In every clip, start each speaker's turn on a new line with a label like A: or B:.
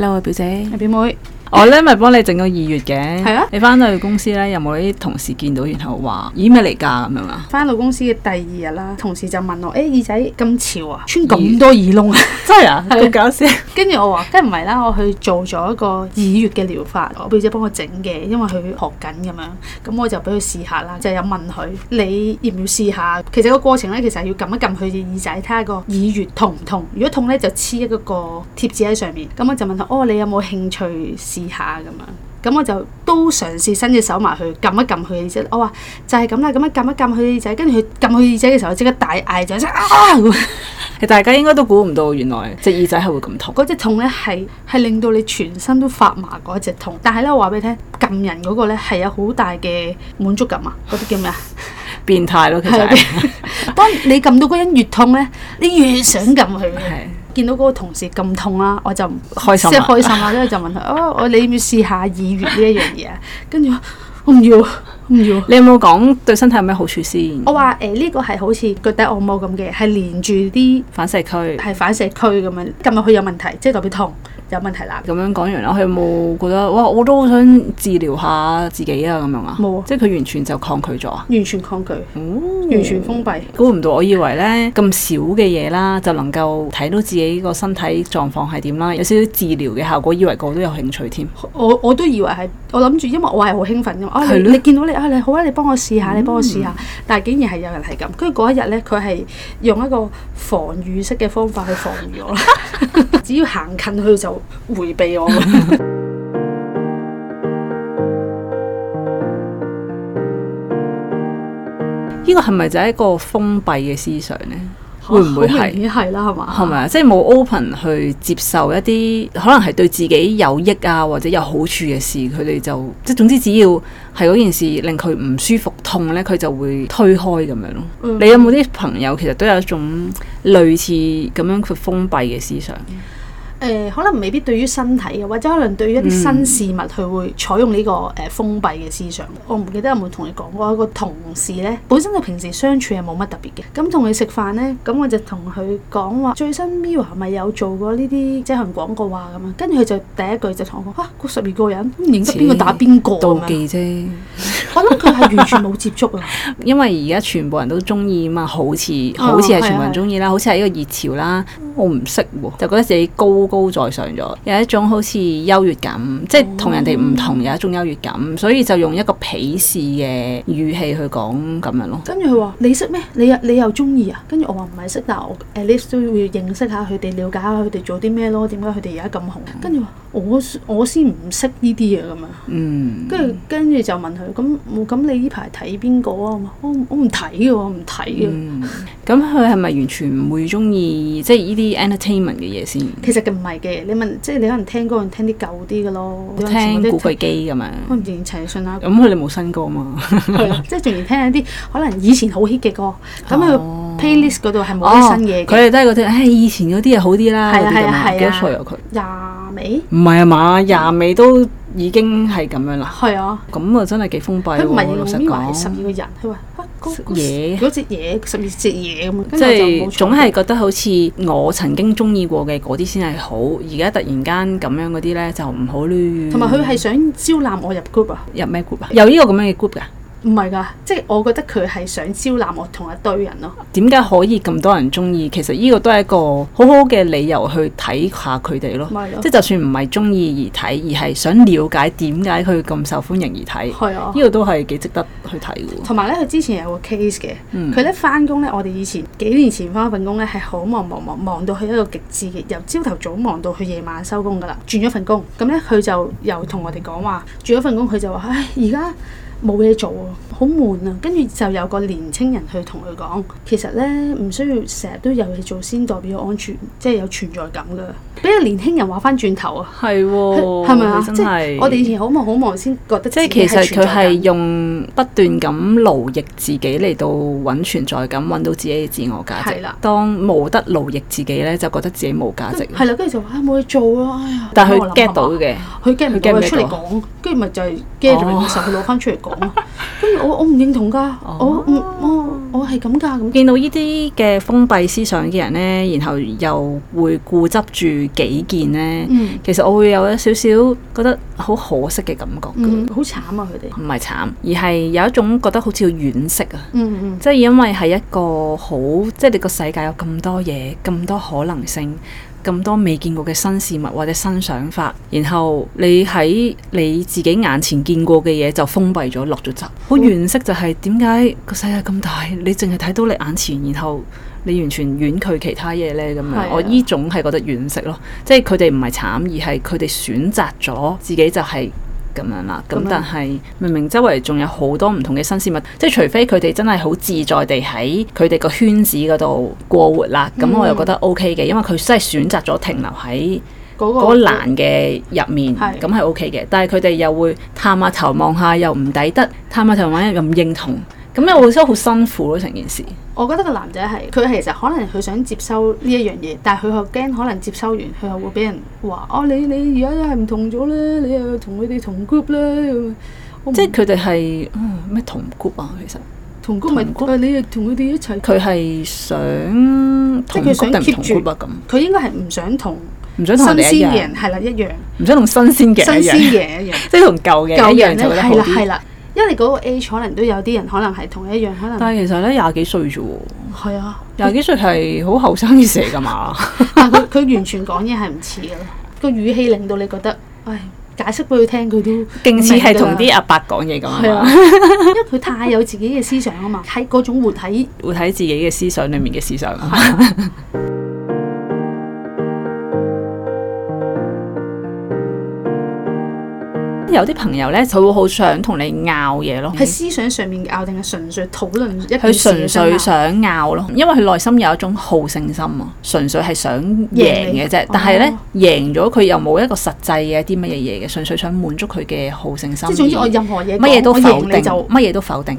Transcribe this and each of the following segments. A: 啦，我表姐。
B: 係表妹，
C: 我咧咪幫你整個二月嘅，
B: 係啊
C: 你翻到去公司咧，有冇啲同事見到然後話咦咩嚟㗎咁樣啊？
B: 翻到公司嘅第二日啦，同事就問我：，誒、哎耳仔咁潮啊，穿咁多耳窿啊！
C: 真係啊，咁搞笑！
B: 跟住我話：，梗係唔係啦，我去做咗一個耳穴嘅療法，我表姐幫我整嘅，因為佢學緊咁樣，咁我就俾佢試下啦，就有問佢你要唔要試下？其實個過程咧，其實係要撳一撳佢嘅耳仔，睇下個耳穴痛唔痛。如果痛咧，就黐一個個貼紙喺上面。咁我就問佢：，哦，你有冇興趣試下咁樣？咁我就都嘗試伸隻手埋去撳一撳佢耳仔，我話就係咁啦，咁樣撳一撳佢耳仔，跟住佢撳佢耳仔嘅時候，即刻大嗌咗一聲啊！咁樣
C: 其實大家應該都估唔到，原來隻耳仔係會咁痛。
B: 嗰隻痛咧係係令到你全身都發麻嗰隻痛，但係咧我話俾你聽，撳人嗰個咧係有好大嘅滿足感啊！嗰啲叫 咩啊？
C: 變態咯，其實係
B: 係當你撳到嗰人越痛咧，你越想撳佢嘅。
C: 係
B: 見到嗰個同事咁痛啦，我就
C: 開心
B: 即係
C: 啊
B: 開心啦，跟住 就問佢：哦，我你要唔要試下耳穴呢一樣嘢啊？跟住我我唔要，我唔要。
C: 你有冇講對身體有咩好處先？
B: 我話誒呢個係好似腳底按摩咁嘅，係連住啲
C: 反射區咁
B: 係反射區咁樣撳入去有問題，即係代表痛有問題啦。
C: 樣講完啦，佢有冇覺得哇？我都好想治療下自己啊咁樣啊？
B: 冇啊
C: 即係佢完全就抗拒咗啊！
B: 完全抗拒，
C: 嗯
B: 完全封閉。
C: 估唔到，我以為呢咁少嘅嘢啦，就能夠睇到自己個身體狀況係點啦，有少少治療嘅效果，以為個都有興趣添。
B: 我我都以為係，我諗住，因為我係好興奮㗎嘛。啊，你
C: 係咯嗯
B: 你見到你啊，你好啊，你幫我試下，你幫我試下。但係竟然係有人係咁，跟住嗰一日咧，佢係用一個防禦式嘅方法去防禦 我 啦。只要行近佢就迴避我。
C: 呢個係咪就係一個封閉嘅思想呢？ 會唔會
B: 好
C: 係
B: 明？顯係啦，係嘛？
C: 係咪啊？即係冇 open 去接受一啲可能係對自己有益啊，或者有好處嘅事，佢哋就即係總之，只要係嗰件事令佢唔舒服、痛呢，佢就會推開咁樣咯。
B: 嗯
C: 你有冇啲朋友其實都有一種類似咁樣佢封閉嘅思想？
B: 誒、呃可能未必對於身體嘅，或者可能對於一
C: 嗯
B: 啲新事物，佢會採用呢、個誒、封閉嘅思想。我唔記得有冇同你講過，有個同事呢，本身就平時相處係冇乜特別嘅。咁同佢食飯呢，咁我就同佢講話，最新 Mirror 咪有做過呢啲即係行廣告啊咁樣。跟住佢就第一句就同我講：哇，嗰十二個人唔認得邊個打邊個啊咁
C: 妒
B: 樣。
C: 忌啫，
B: 我諗佢係完全冇接觸啊。
C: 因為而家全部人都中意嘛，好似
B: 哦
C: 好似係
B: 係啊
C: 全部人中意啦，好似係一個熱潮啦。我唔識喎，就覺得自己高高在上咗，有一種好似優越感，即
B: 哦
C: 係同人哋唔同有一種優越感，所以就用一個鄙視嘅語氣去講咁樣咯。
B: 跟住佢話：你識咩？你又你又中意啊？跟住我話唔係識，但我 at least 都要認識下佢哋，了解下佢哋做啲咩咯。點解佢哋而家咁紅？跟住話我我先唔識呢啲嘢咁樣。
C: 嗯，
B: 跟住跟住就問佢：咁我咁你呢排睇邊個啊？我唔我唔睇嘅，我唔睇嘅。
C: 嗯咁佢係咪完全唔會中意即係呢啲 entertainment 嘅嘢先？
B: 其實佢唔係嘅，你問即係你可能聽歌，聽啲舊啲嘅咯。
C: 聽古巨基咁樣，
B: 可能連陳奕迅啊，
C: 咁佢哋冇新歌嘛？
B: 係啊即係仲然聽一啲可能以前好 hit 嘅歌。咁佢
C: 哦
B: playlist 嗰度 係冇啲新嘢
C: 佢
B: 嘅。
C: 哋都係嗰啲，唉、以前嗰啲嘢好啲啦，
B: 係
C: 嗰
B: 啊
C: 啲咁
B: 係啊
C: 啊，
B: 係啊
C: 幾多歲啊佢？
B: 廿尾
C: 唔係啊嘛，廿尾都已經係咁樣啦，
B: 係啊。
C: 咁啊真係幾封閉
B: 佢唔
C: 喎。
B: 係
C: 老
B: 用
C: 實
B: 搣埋十
C: 講
B: 二，個人，佢話啊嗰嗰
C: 嘢
B: 嗰隻嘢十二隻嘢咁啊，
C: 即
B: 跟住我就冇
C: 係
B: 錯
C: 總係覺得好似我曾經中意過嘅嗰啲先係好，而家突然間咁樣嗰啲咧就唔好咯。
B: 同埋佢係想招攬我入 group 啊，
C: 入咩 group 啊？有呢個咁樣嘅 group 㗎？
B: 唔係㗎，即係我覺得佢係想招攬我同一堆人咯。
C: 點解可以咁多人中意？其實呢個都係一個好好嘅理由去睇下佢哋咯。
B: 咪
C: 哦
B: 咯
C: 即係就算唔係中意而睇，而係想了解點解佢咁受歡迎而睇，呢、
B: 係啊，
C: 個都係幾值得去睇嘅喎。
B: 同埋咧，佢之前有個 case 嘅，
C: 嗯
B: 佢咧翻工咧，我哋以前幾年前翻份工咧係好忙忙忙忙到去一個極致嘅，由朝頭早忙到去夜晚收工㗎啦。轉咗份工，咁咧佢就又同我哋講話，轉咗份工佢就話：唉，而家冇嘢做啊，好悶啊。跟住就有個年青人去同佢講，其實咧唔需要成日都有嘢做先代表安全，即係有存在感㗎。俾個年輕人話翻轉頭啊，
C: 係喎，
B: 係咪啊？
C: 真
B: 即係我哋以前好忙好忙先覺得
C: 即
B: 係
C: 係其實佢係
B: 係
C: 用不斷咁勞役自己嚟到揾存在感，揾到自己嘅自我價
B: 係
C: 值
B: 啦。
C: 當冇得勞役自己呢，就覺得自己冇價值。
B: 係啦，跟住就話唉冇嘢做啊，哎呀！
C: 啊但係
B: 咁我
C: 佢
B: 諗
C: get
B: 下
C: 到嘅，哦
B: 佢驚唔
C: 佢驚
B: 到
C: 唔
B: 佢出嚟
C: 到
B: 講，跟住咪就係驚咗佢嘅時候，佢攞翻出嚟講講。跟住我我唔認同㗎，
C: 哦
B: 我唔我我係咁㗎咁。
C: 見到呢啲嘅封閉思想嘅人呢，然後又會固執住己見呢，
B: 嗯
C: 其實我會有一少少覺得好可惜嘅感覺㗎
B: 嗯，好慘啊佢哋。
C: 唔係慘，而係有一種覺得好似要惋惜啊！
B: 嗯嗯
C: 即係因為係一個好，即係你個世界有咁多嘢，咁多可能性，咁多未見過嘅新事物或者新想法，然後你喺你自己眼前見過嘅嘢就封閉咗落咗
B: 嗯
C: 閘，好惋惜就係點解個世界咁大，你淨係睇到你眼前，然後。你完全遠佢其他嘢呢？咁
B: 係啊
C: 樣，我依種係覺得惋惜咯，即係佢哋唔係慘，而係佢哋選擇咗自己就係咁樣啦。
B: 咁
C: 咁
B: 樣
C: 但係明明周圍仲有好多唔同嘅新事物，即係除非佢哋真係好自在地喺佢哋個圈子嗰度過活啦，咁
B: 嗯
C: 我又覺得 O K 嘅，因為佢真係選擇咗停留喺
B: 嗰個
C: 嗰個欄嘅入面，
B: 嗯係
C: 咁係 O K 嘅。但係佢哋又會探下頭望下，又唔抵得；探下頭望下又唔認同，咁又會覺得好辛苦咯成件事。
B: 我覺得個男仔係佢其實可能佢想接收呢一樣嘢，但係佢又驚可能接收完佢又會俾人話：哦，你你而家係唔同咗啦，你又同佢哋同 group 啦咁。我唔
C: 即係佢哋係嗯咩同 group 啊，其實
B: 同 group 咪
C: 同 group？
B: 誒你又同佢哋一齊，
C: 佢係想
B: 即
C: 同
B: 係佢
C: group
B: 想
C: 定唔
B: keep
C: 同
B: 住
C: group 啊咁，
B: 佢應該係唔想同
C: 唔想
B: 新
C: 同人哋一
B: 鮮嘅
C: 樣，
B: 人係啦一樣，
C: 唔想同新鮮
B: 新
C: 嘅一
B: 鮮
C: 樣，
B: 嘅一樣。
C: 即係同舊嘅
B: 舊
C: 一樣
B: 人
C: 就覺
B: 咧
C: 得
B: 係
C: 好
B: 啦係
C: 啲。
B: 啦，因為你嗰個 age 可能都有啲人可能係同你一樣，可能
C: 但係其實咧廿幾歲啫喎，
B: 係啊，
C: 廿幾歲係好後生嘅事嚟㗎 嘛。
B: 但佢 佢完全講嘢係唔似嘅咯，個語氣令到你覺得，唉，解釋俾佢聽佢都。
C: 勁似係同啲阿伯講嘢咁
B: 係
C: 啊
B: 啊，
C: 嘛，
B: 因為佢太有自己嘅思想啊嘛，喺嗰種活喺
C: 會睇自己嘅思想裡面嘅思想啊。 有啲朋友咧，就會好想同你拗嘢咯，
B: 喺思想上面拗定係純粹討論一
C: 嗯
B: 件
C: 佢
B: 事啊嘅
C: 純
B: 啫
C: 粹
B: 嘛。
C: 想拗
B: 嗯
C: 咯，因為佢內心有一種好勝心啊，純粹係想贏嘅啫
B: 贏你。
C: 但係咧
B: 哦，
C: 贏咗佢又冇一個實際嘅一啲乜嘢嘢嘅，純粹想滿足佢嘅好勝心。
B: 即係總之我任何嘢
C: 乜嘢都
B: 講
C: 否
B: 我贏
C: 定，
B: 你就
C: 乜嘢都否定。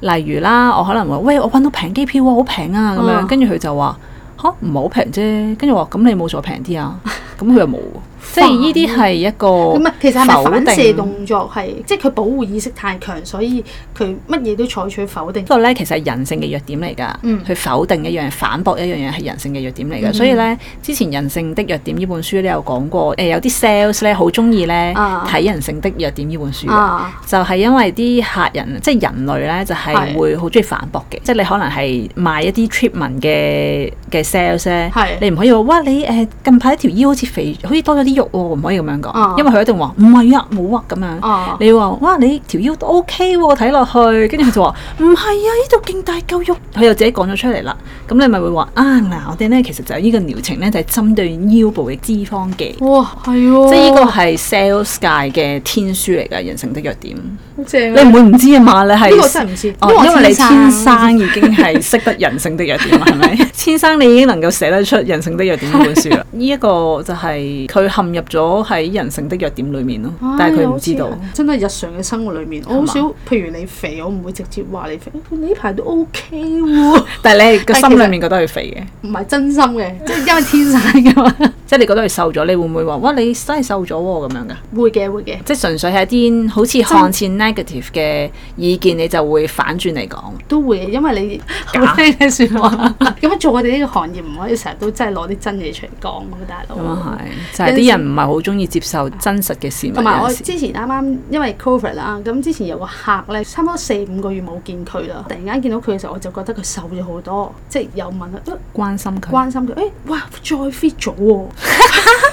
C: 例如啦，我可能話：喂，我揾到平機票啊，好平啊咁
B: 啊
C: 樣。跟住佢就話：吓，唔係好平啫。跟住我話：咁你冇再平啲啊？咁佢又冇喎。 即係呢啲係一個
B: 咁啊，其實係
C: 否
B: 咪反射
C: 定
B: 動作係即係佢保護意識太強，所以佢乜嘢都採取否定
C: 呢。個咧其實係人性嘅弱點嚟㗎，
B: 嗯
C: 去否定一樣嘢、反駁一樣嘢係人性嘅弱點嚟㗎。所以咧，之前《人性的弱點》呢本書咧有講過，誒、有啲 sales 咧好中意咧
B: 啊
C: 睇《人性的弱點》呢本書嘅。
B: 啊，
C: 就係因為啲客人，即係人類咧，就係、
B: 係
C: 會好中意反駁嘅。即係你可能係賣一啲 treatment 嘅嘅 sales 咧
B: 係，
C: 你唔可以話哇你誒、近排條腰好似肥，好似多咗啲肉喎，唔可以咁樣講，
B: 啊
C: 因為佢一定話唔係啊冇啊咁樣。
B: 啊
C: 你話哇你條腰都 OK 喎，睇落去，跟住佢就話唔係啊，呢度勁大嚿肉，佢又自己講咗出嚟啦。咁你咪會話啊嗱，我哋咧其實就呢個療程咧就係、針對腰部嘅脂肪嘅。
B: 哇，係喎，
C: 即係呢個係 sales 界嘅天書嚟㗎，人性的弱點。
B: 好正
C: 你
B: 啊！
C: 唔會唔知啊嘛？你係
B: 呢個真係唔知，
C: 哦
B: 為
C: 因為
B: 為
C: 你天生已經係識得人性的弱 點啦，啊係咪？天生你已經能夠寫得出人性的弱點呢本 書啦。呢一個就係佢陷入咗喺人性的弱點裡面咯，但係佢唔知道
B: 唉。哦好似真係日常嘅生活裏面，我好
C: 係嘛
B: 少，譬如你肥，我唔會直接話你肥， 你呢排都 OK 喎，
C: 但係你係個
B: 但係
C: 心
B: 其實
C: 裡面覺得佢肥嘅，
B: 唔係真 心嘅，即係因為天生噶嘛。
C: 即係你覺得佢瘦咗，你會唔會話哇你真係瘦咗喎咁樣㗎？
B: 會嘅會嘅，
C: 即係純粹係一啲好似看似 negative 嘅意見，你就會反轉嚟講。
B: 都會嘅，因為你
C: 假
B: 好聽嘅 説話。咁樣做我哋呢個行業唔可以成日都真係攞啲真嘢出嚟講嘅，大佬。
C: 咁啊係，就係啲人唔係好中意接受真實嘅事物。
B: 同埋我
C: 有陣時
B: 之前啱啱因為 COVID 啦，咁之前有個客咧，差唔多四五個月冇見佢啦，突然間見到佢嘅時候，我就覺得佢瘦咗好多，即係有問啦，都
C: 關心佢。
B: 關心佢，誒、哇，再 fit 咗喎，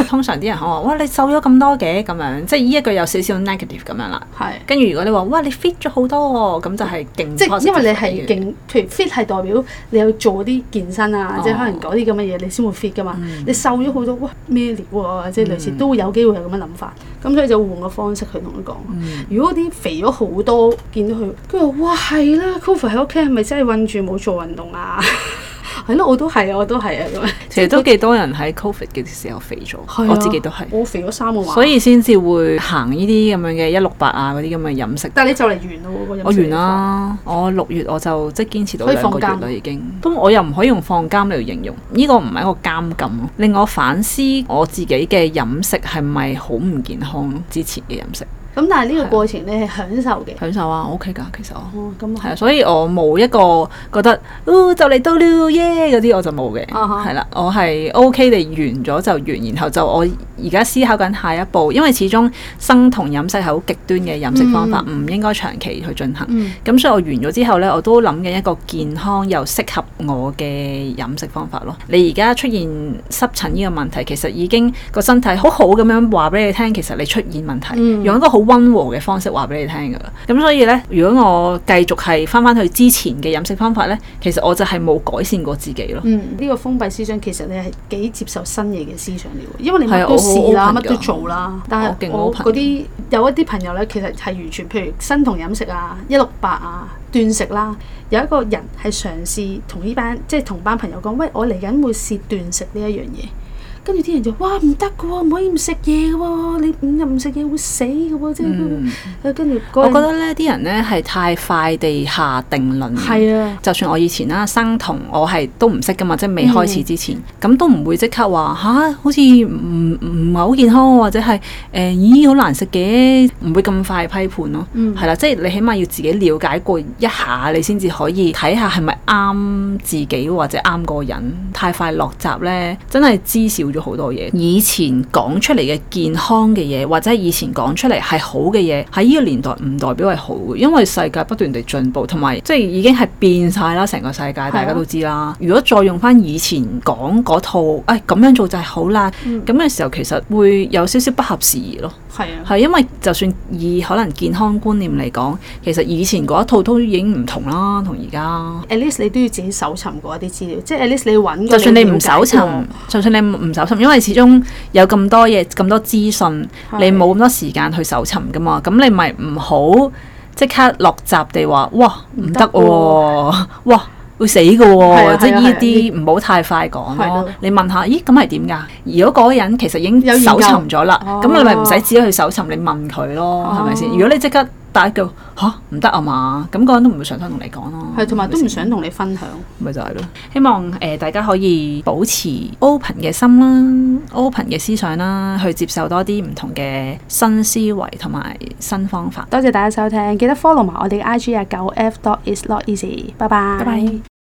C: 通常啲人可話：哇，你瘦咗咁多嘅咁樣，即係呢一句有少少 negative 咁樣啦。
B: 係。
C: 跟住如果你話：哇，你 fit 咗好多喎，咁就係勁 positive 嘅。
B: 即係因為你係勁，譬如 fit 係代表你有做啲健身
C: 哦
B: 啊，
C: 嗯
B: 即係可能嗰啲咁嘅嘢，你先會 fit 噶嘛。你瘦咗好多，哇咩料啊！即係類似都會有機會係咁樣諗法，咁所以就換個方式去同佢講。
C: 嗯
B: 如果啲肥咗好多，見到佢，佢話：哇係啦 c o v e r 喺屋企係咪真係韞住冇做運動啊？ 係咯，我都係啊，我都係啊咁樣。
C: 其實都幾多人喺 covid 嘅時候肥咗，
B: 係啊
C: 我自己都係，
B: 我肥咗三個碼，
C: 所以先至會行呢啲咁樣嘅一六八啊嗰啲咁嘅飲食。
B: 但係你就嚟完咯喎，個飲
C: 我
B: 食
C: 完啦，我六月我就即係堅持到
B: 可以
C: 兩個
B: 放
C: 月
B: 監
C: 啦已經。咁我又唔可以用放監嚟形容，呢、個唔係一個監禁咯，令我反思我自己嘅飲食係咪好唔健康咯？之前嘅飲食。
B: 療法。咁但係呢個過程你係享受嘅。
C: 享受啊，OK 㗎，其實我
B: 哦，咁
C: 係啊，所以我冇一個覺得，哦就嚟到了耶嗰啲我就冇嘅，
B: 啊哈
C: 係啦、我係 OK 地完咗就完，然後就我而家思考緊下一步，因為始終生酮飲食係好極端嘅飲食方法，唔、應該長期去進行。
B: 嗯
C: 咁所以我完咗之後呢，我都諗緊一個健康又適合我嘅飲食方法咯。你而家出現濕疹呢個問題，其實已經個身體好好咁樣話俾你聽，其實你出現問題，
B: 嗯
C: 用一個好温和嘅方式話俾你聽㗎啦。咁所以呢，如果我繼續係翻翻去之前嘅飲食方法呢，其實我就係冇改善過自己咯。
B: 嗯，呢、個封閉思想其實你係幾接受新嘢嘅思想嚟喎，因為你
C: 係
B: 乜
C: 啊
B: 都
C: 我好
B: 試啦，
C: open
B: 乜
C: 㗎
B: 都做啦。但係
C: 我勁
B: 我
C: open
B: 嗰啲有一啲朋友咧，其實係完全譬如生酮飲食啊、一六八啊、斷食啦，有一個人係嘗試同呢班即係同班朋友講：喂，我嚟緊會試斷食呢一樣嘢。跟住啲人就哇唔得嘅喎，唔可以唔食嘢嘅喎，你唔唔食嘢會死嘅喎，即係、
C: 嗯
B: 跟住嗰
C: 我
B: 人
C: 覺得呢啲人呢係太快地下定論。
B: 係啊，
C: 就算我以前啦生酮，我係都唔識噶嘛，即係未開始之前，咁、都唔會即刻話吓、好似唔唔係好健康，或者係誒、咦好難食嘅，唔會咁快批判咯。
B: 嗯
C: 係啦，即係你起碼要自己了解過一下，你先至可以睇下係咪啱自己或者啱個人。太快落閘呢，真係知少咗好多嘢。以前講出嚟嘅健康嘅嘢，或者以前講出嚟係好嘅嘢，喺呢個年代唔代表係好嘅，因為世界不斷地進步，同埋即係已經係變晒啦，成個世界啊大家都知啦。如果再用翻以前講嗰套，誒、咁樣做就係好啦，
B: 嗯
C: 咁嘅、時候其實會有少少不合時宜咯。
B: 係啊，
C: 係因為就算以可能健康觀念嚟講，其實以前嗰一套都已經唔同啦，同而家。
B: at least 你都要自己搜尋過一啲資料，即係 at least 你揾過
C: 就算你唔
B: 了解
C: 搜尋
B: 過，
C: 就算你唔搜尋，因為始終有咁多嘢、咁多資訊，
B: 係
C: 你冇咁多時間去搜尋噶嘛，咁你咪唔好即刻落閘地話，哇唔得
B: 唔得
C: 喎，哇會死噶
B: 係啊
C: 喎，即
B: 係啊
C: 係呢啲唔好太快講
B: 係咯
C: 咯。你問下，咦咁係點㗎？如果嗰個人其實已
B: 有
C: 經
B: 研究
C: 搜尋咗啦，
B: 哦
C: 咁你咪唔使自己去搜尋，你問佢咯，係咪先？
B: 哦
C: 如果你即刻答一句吓唔得啊嘛，咁嗰個人都唔會上身同你講咯。
B: 係同埋都
C: 係咪先
B: 唔想同你分享。
C: 咪就係咯。希望誒、呃大家可以保持 open 嘅心啦，open 嘅思想啦，去接受多啲唔同嘅新思維同埋新方法。
B: 多謝大家收聽，記得 follow 埋我哋嘅 IG 啊，九 F dot is not easy。拜拜。
C: 拜拜。